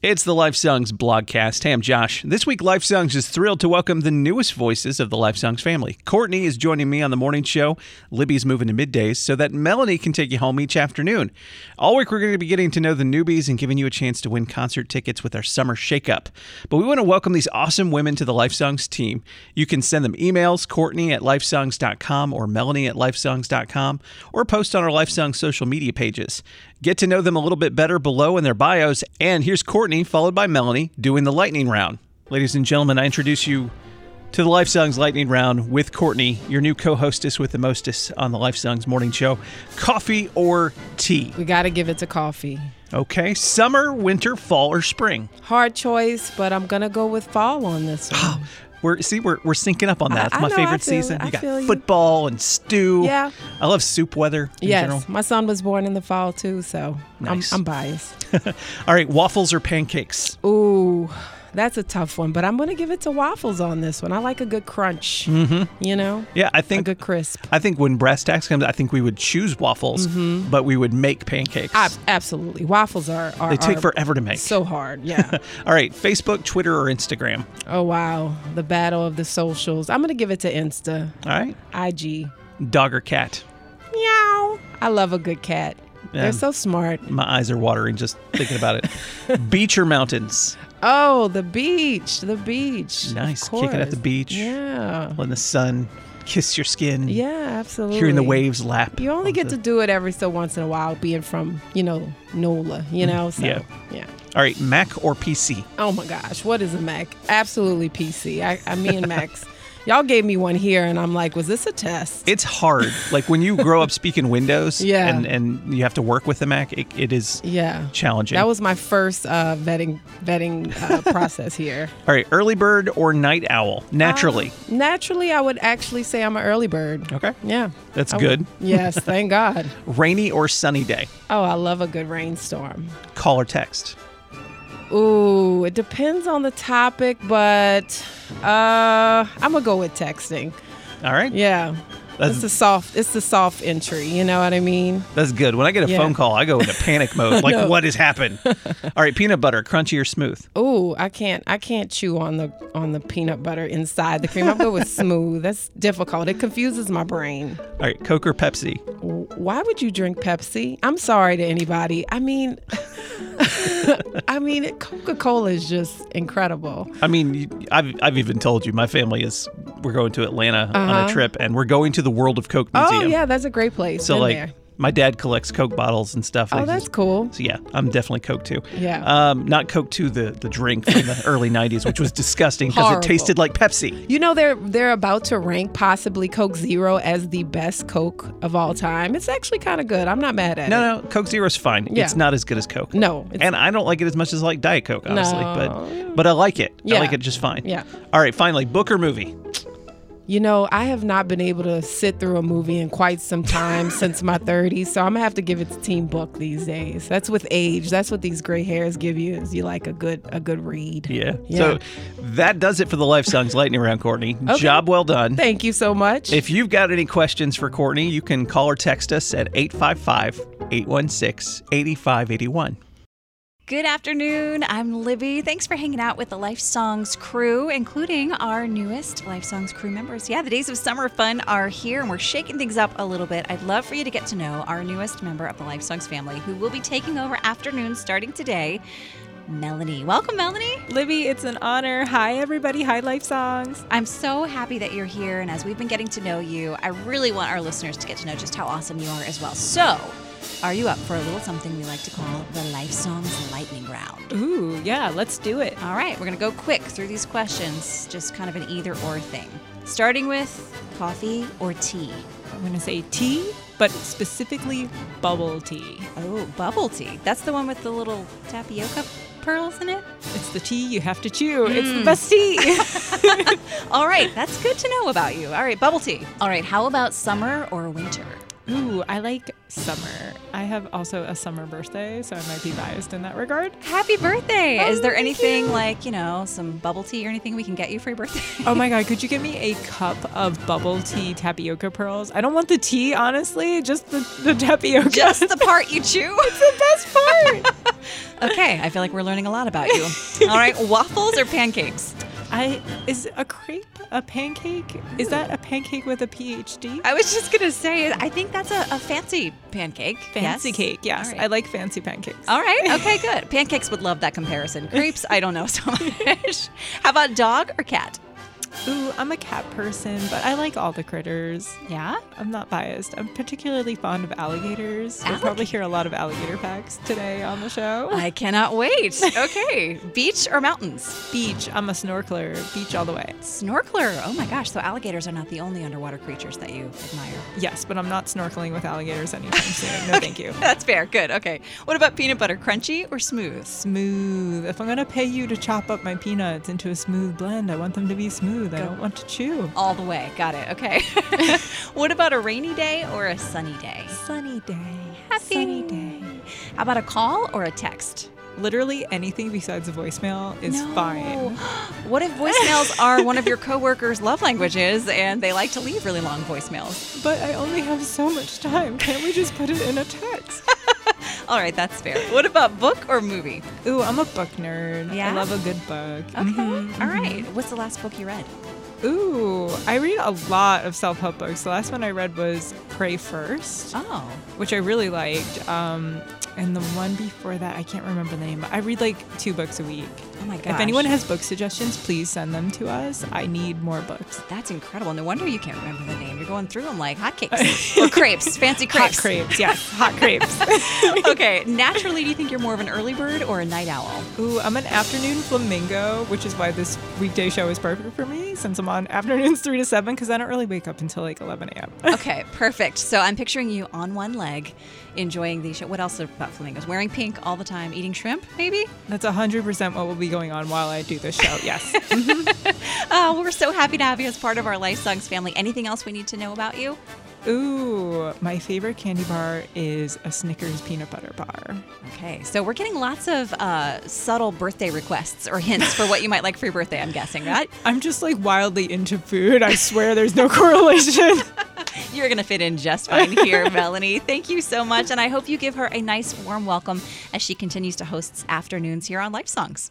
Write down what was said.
It's the Life Songs blogcast. Hey, I'm Josh. This week, Life Songs is thrilled to welcome the newest voices of the Life Songs family. Courtney is joining me on the morning show. Libby's moving to middays so that Melanie can take you home each afternoon. All week, we're going to be getting to know the newbies and giving you a chance to win concert tickets with our summer shakeup. But we want to welcome these awesome women to the Life Songs team. You can send them emails, Courtney at lifesongs.com or Melanie at lifesongs.com, or post on our Life Songs social media pages. Get to know them a little bit better below in their bios. And here's Courtney, followed by Melanie, doing the lightning round. Ladies and gentlemen, I introduce you to the Life Songs Lightning Round with Courtney, your new co hostess with the mostest on the Life Songs Morning Show. Coffee or tea? We got to give it to coffee. Okay, summer, winter, fall, or spring? Hard choice, but I'm going to go with fall on this one. We're see we're we're syncing up on that. It's I- I my know, I favorite feel- season. I You got feel you. football and stew. Yeah. I love soup weather in yes, general. my son was born in the fall too, so Nice. I'm, I'm biased. All right, waffles or pancakes? Ooh, that's a tough one, but I'm going to give it to waffles on this one. I like a good crunch, Mm-hmm. you know, Yeah, I a think good crisp. I think when brass tax comes, I think we would choose waffles, Mm-hmm. but we would make pancakes. Ab- absolutely, waffles are, are they take are forever to make. So hard, yeah. All right, Facebook, Twitter, or Instagram. oh wow, the battle of the socials. I'm going to give it to Insta, All right, IG. dog or cat. Meow. I love a good cat. Yeah. They're so smart. My eyes are watering just thinking about it. Beach or mountains? Oh, the beach, the beach. of Nice, kick it at the course. beach. Yeah. Letting the sun kiss your skin. Yeah, absolutely. Hearing the waves lap. You only on get the- to do it every so once in a while, being from, you know, NOLA, you know? So, Mm-hmm. Yeah. yeah. All right, Mac or PC? Oh my gosh, what is a Mac? Absolutely PC. I, I me and Max, y'all gave me one here, and I'm like, was this a test? It's hard. like when you grow up speaking Windows Yeah. and, and you have to work with the Mac, it, it is yeah. challenging. That was my first uh, vetting vetting uh, process here. All right, early bird or night owl? Naturally. Uh, naturally, I would actually say I'm an early bird. okay. Yeah. That's I would- good. yes, thank God. Rainy or sunny day? Oh, I love a good rainstorm. Call or text? Ooh, it depends on the topic, but uh, I'm gonna go with texting. All right. Yeah, That's- it's the soft, it's the soft entry. You know what I mean? That's good. When I get a Yeah. phone call, I go into panic mode. Like, what has happened? All right, peanut butter, crunchy or smooth? Ooh, I can't, I can't chew on the on the peanut butter inside the cream. I'm good with smooth. That's difficult. It confuses my brain. All right, Coke or Pepsi? W- Why would you drink Pepsi? I'm sorry to anybody. I mean, I mean, Coca Cola is just incredible. I mean, you- I've, I've even told you, my family is, we're going to Atlanta on a trip and we're going to the World of Coke Museum. Uh-huh. Oh yeah, that's a great place. So, Been like, there. my dad collects Coke bottles and stuff. oh, Like, that's cool. so yeah, I'm definitely Coke too. Yeah. Um, not Coke too, the, the drink from the early 90s, which was disgusting because it Horrible. tasted like Pepsi. You know they're they're about to rank possibly Coke Zero as the best Coke of all time. It's actually kind of good. I'm not mad at it. No, no, Coke Zero's fine. Yeah. It's not as good as Coke. No, it's- and I don't like it as much as I like Diet Coke, honestly. But No. but I like it. I Yeah. like it just fine. Yeah. All right, finally, book or movie? You know I have not been able to sit through a movie in quite some time since my 30s, so I'm gonna have to give it to Team Book these days. That's with age. That's what these gray hairs give you. Is you like a good a good read. Yeah. Yeah. So that does it for the Life Songs Lightning Round, Courtney. Job well done. Thank you so much. if you've got any questions for Courtney, you can call or text us at 855 816 8581. Good afternoon. I'm Libby. Thanks for hanging out with the Life Songs crew, including our newest Life Songs crew members. Yeah, the days of summer fun are here and we're shaking things up a little bit. I'd love for you to get to know our newest member of the Life Songs family who will be taking over afternoons starting today, Melanie. Welcome, Melanie. Libby, it's an honor. Hi, everybody. Hi, Life Songs. I'm so happy that you're here. And as we've been getting to know you, I really want our listeners to get to know just how awesome you are as well. So, are you up for a little something we like to call the Life Songs Lightning Round? Ooh, yeah, let's do it. All right, we're going to go quick through these questions, just kind of an either or thing. Starting with coffee or tea? I'm going to say tea, but specifically bubble tea. Oh, bubble tea. That's the one with the little tapioca pearls in it? It's the tea you have to chew. It's the best tea. All right, that's good to know about you. All right, bubble tea. All right, how about summer or winter? Ooh, I like summer. I have also a summer birthday, so I might be biased in that regard. Happy birthday! Oh, Is there thank anything you. like, you know, some bubble tea or anything we can get you for your birthday? Oh my god, could you give me a cup of bubble tea tapioca pearls? I don't want the tea, honestly, just the, the tapioca. Just the part you chew? best part. Okay, I feel like we're learning a lot about you. All right, waffles or pancakes? I is a crepe a pancake? Is that a pancake with a PhD? I was just gonna say, I think that's a, a fancy pancake. fancy yes? cake, yes. All I right. Uh like fancy pancakes. All right. Okay. Good. Pancakes would love that comparison. Crepes, I don't know so much. How about dog or cat? Ooh, I'm a cat person, but I like all the critters. Yeah. I'm not biased. I'm particularly fond of alligators. You'll probably hear a lot of alligator facts today on the show. I cannot wait. Okay. Beach or mountains? beach. I'm a snorkeler. Beach all the way. Snorkeler. Oh my gosh. So alligators are not the only underwater creatures that you admire. Yes, but I'm not snorkeling with alligators anytime soon. No, thank you. That's fair. Good. Okay. What about peanut butter? Crunchy or smooth? Smooth. If I'm gonna pay you to chop up my peanuts into a smooth blend, I want them to be smooth. I don't want to chew. All the way. Got it. Okay. what about a rainy day or a sunny day? Sunny day. Happy Sunny day. How about a call or a text? Literally anything besides a voicemail is No. fine. What if voicemails are one of your coworkers' love languages and they like to leave really long voicemails? But I only have so much time. Can't we just put it in a text? All right, that's fair. What about book or movie? Ooh, I'm a book nerd. Yeah? I love a good book. Okay. Mhm. All right. What's the last book you read? Ooh, I read a lot of self help books. The last one I read was Pray First, Oh. which I really liked. Um, and the one before that, I can't remember the name. But I read like two books a week. Oh my gosh. If anyone has book suggestions, please send them to us. I need more books. That's incredible. No wonder you can't remember the name. You're going through them like hotcakes or crepes, fancy crepes. Hot crepes, yes, hot crepes. okay. Naturally, do you think you're more of an early bird or a night owl? Ooh, I'm an afternoon flamingo, which is why this weekday show is perfect for me since I'm on afternoons three to seven because I don't really wake up until like 11 a.m. Okay, perfect. So I'm picturing you on one leg, enjoying the show. What else about flamingos? Wearing pink all the time, eating shrimp, maybe? That's 100% what will be going on while I do this show. Yes. Oh, we're so happy to have you as part of our Life Songs family. Anything else we need to know about you? Ooh, my favorite candy bar is a Snickers peanut butter bar. Okay, so we're getting lots of uh, subtle birthday requests or hints for what you might like for your birthday, I'm guessing, right? I'm just like wildly into food. I swear there's no correlation. You're going to fit in just fine here, Melanie. Thank you so much. And I hope you give her a nice, warm welcome as she continues to host afternoons here on Life Songs.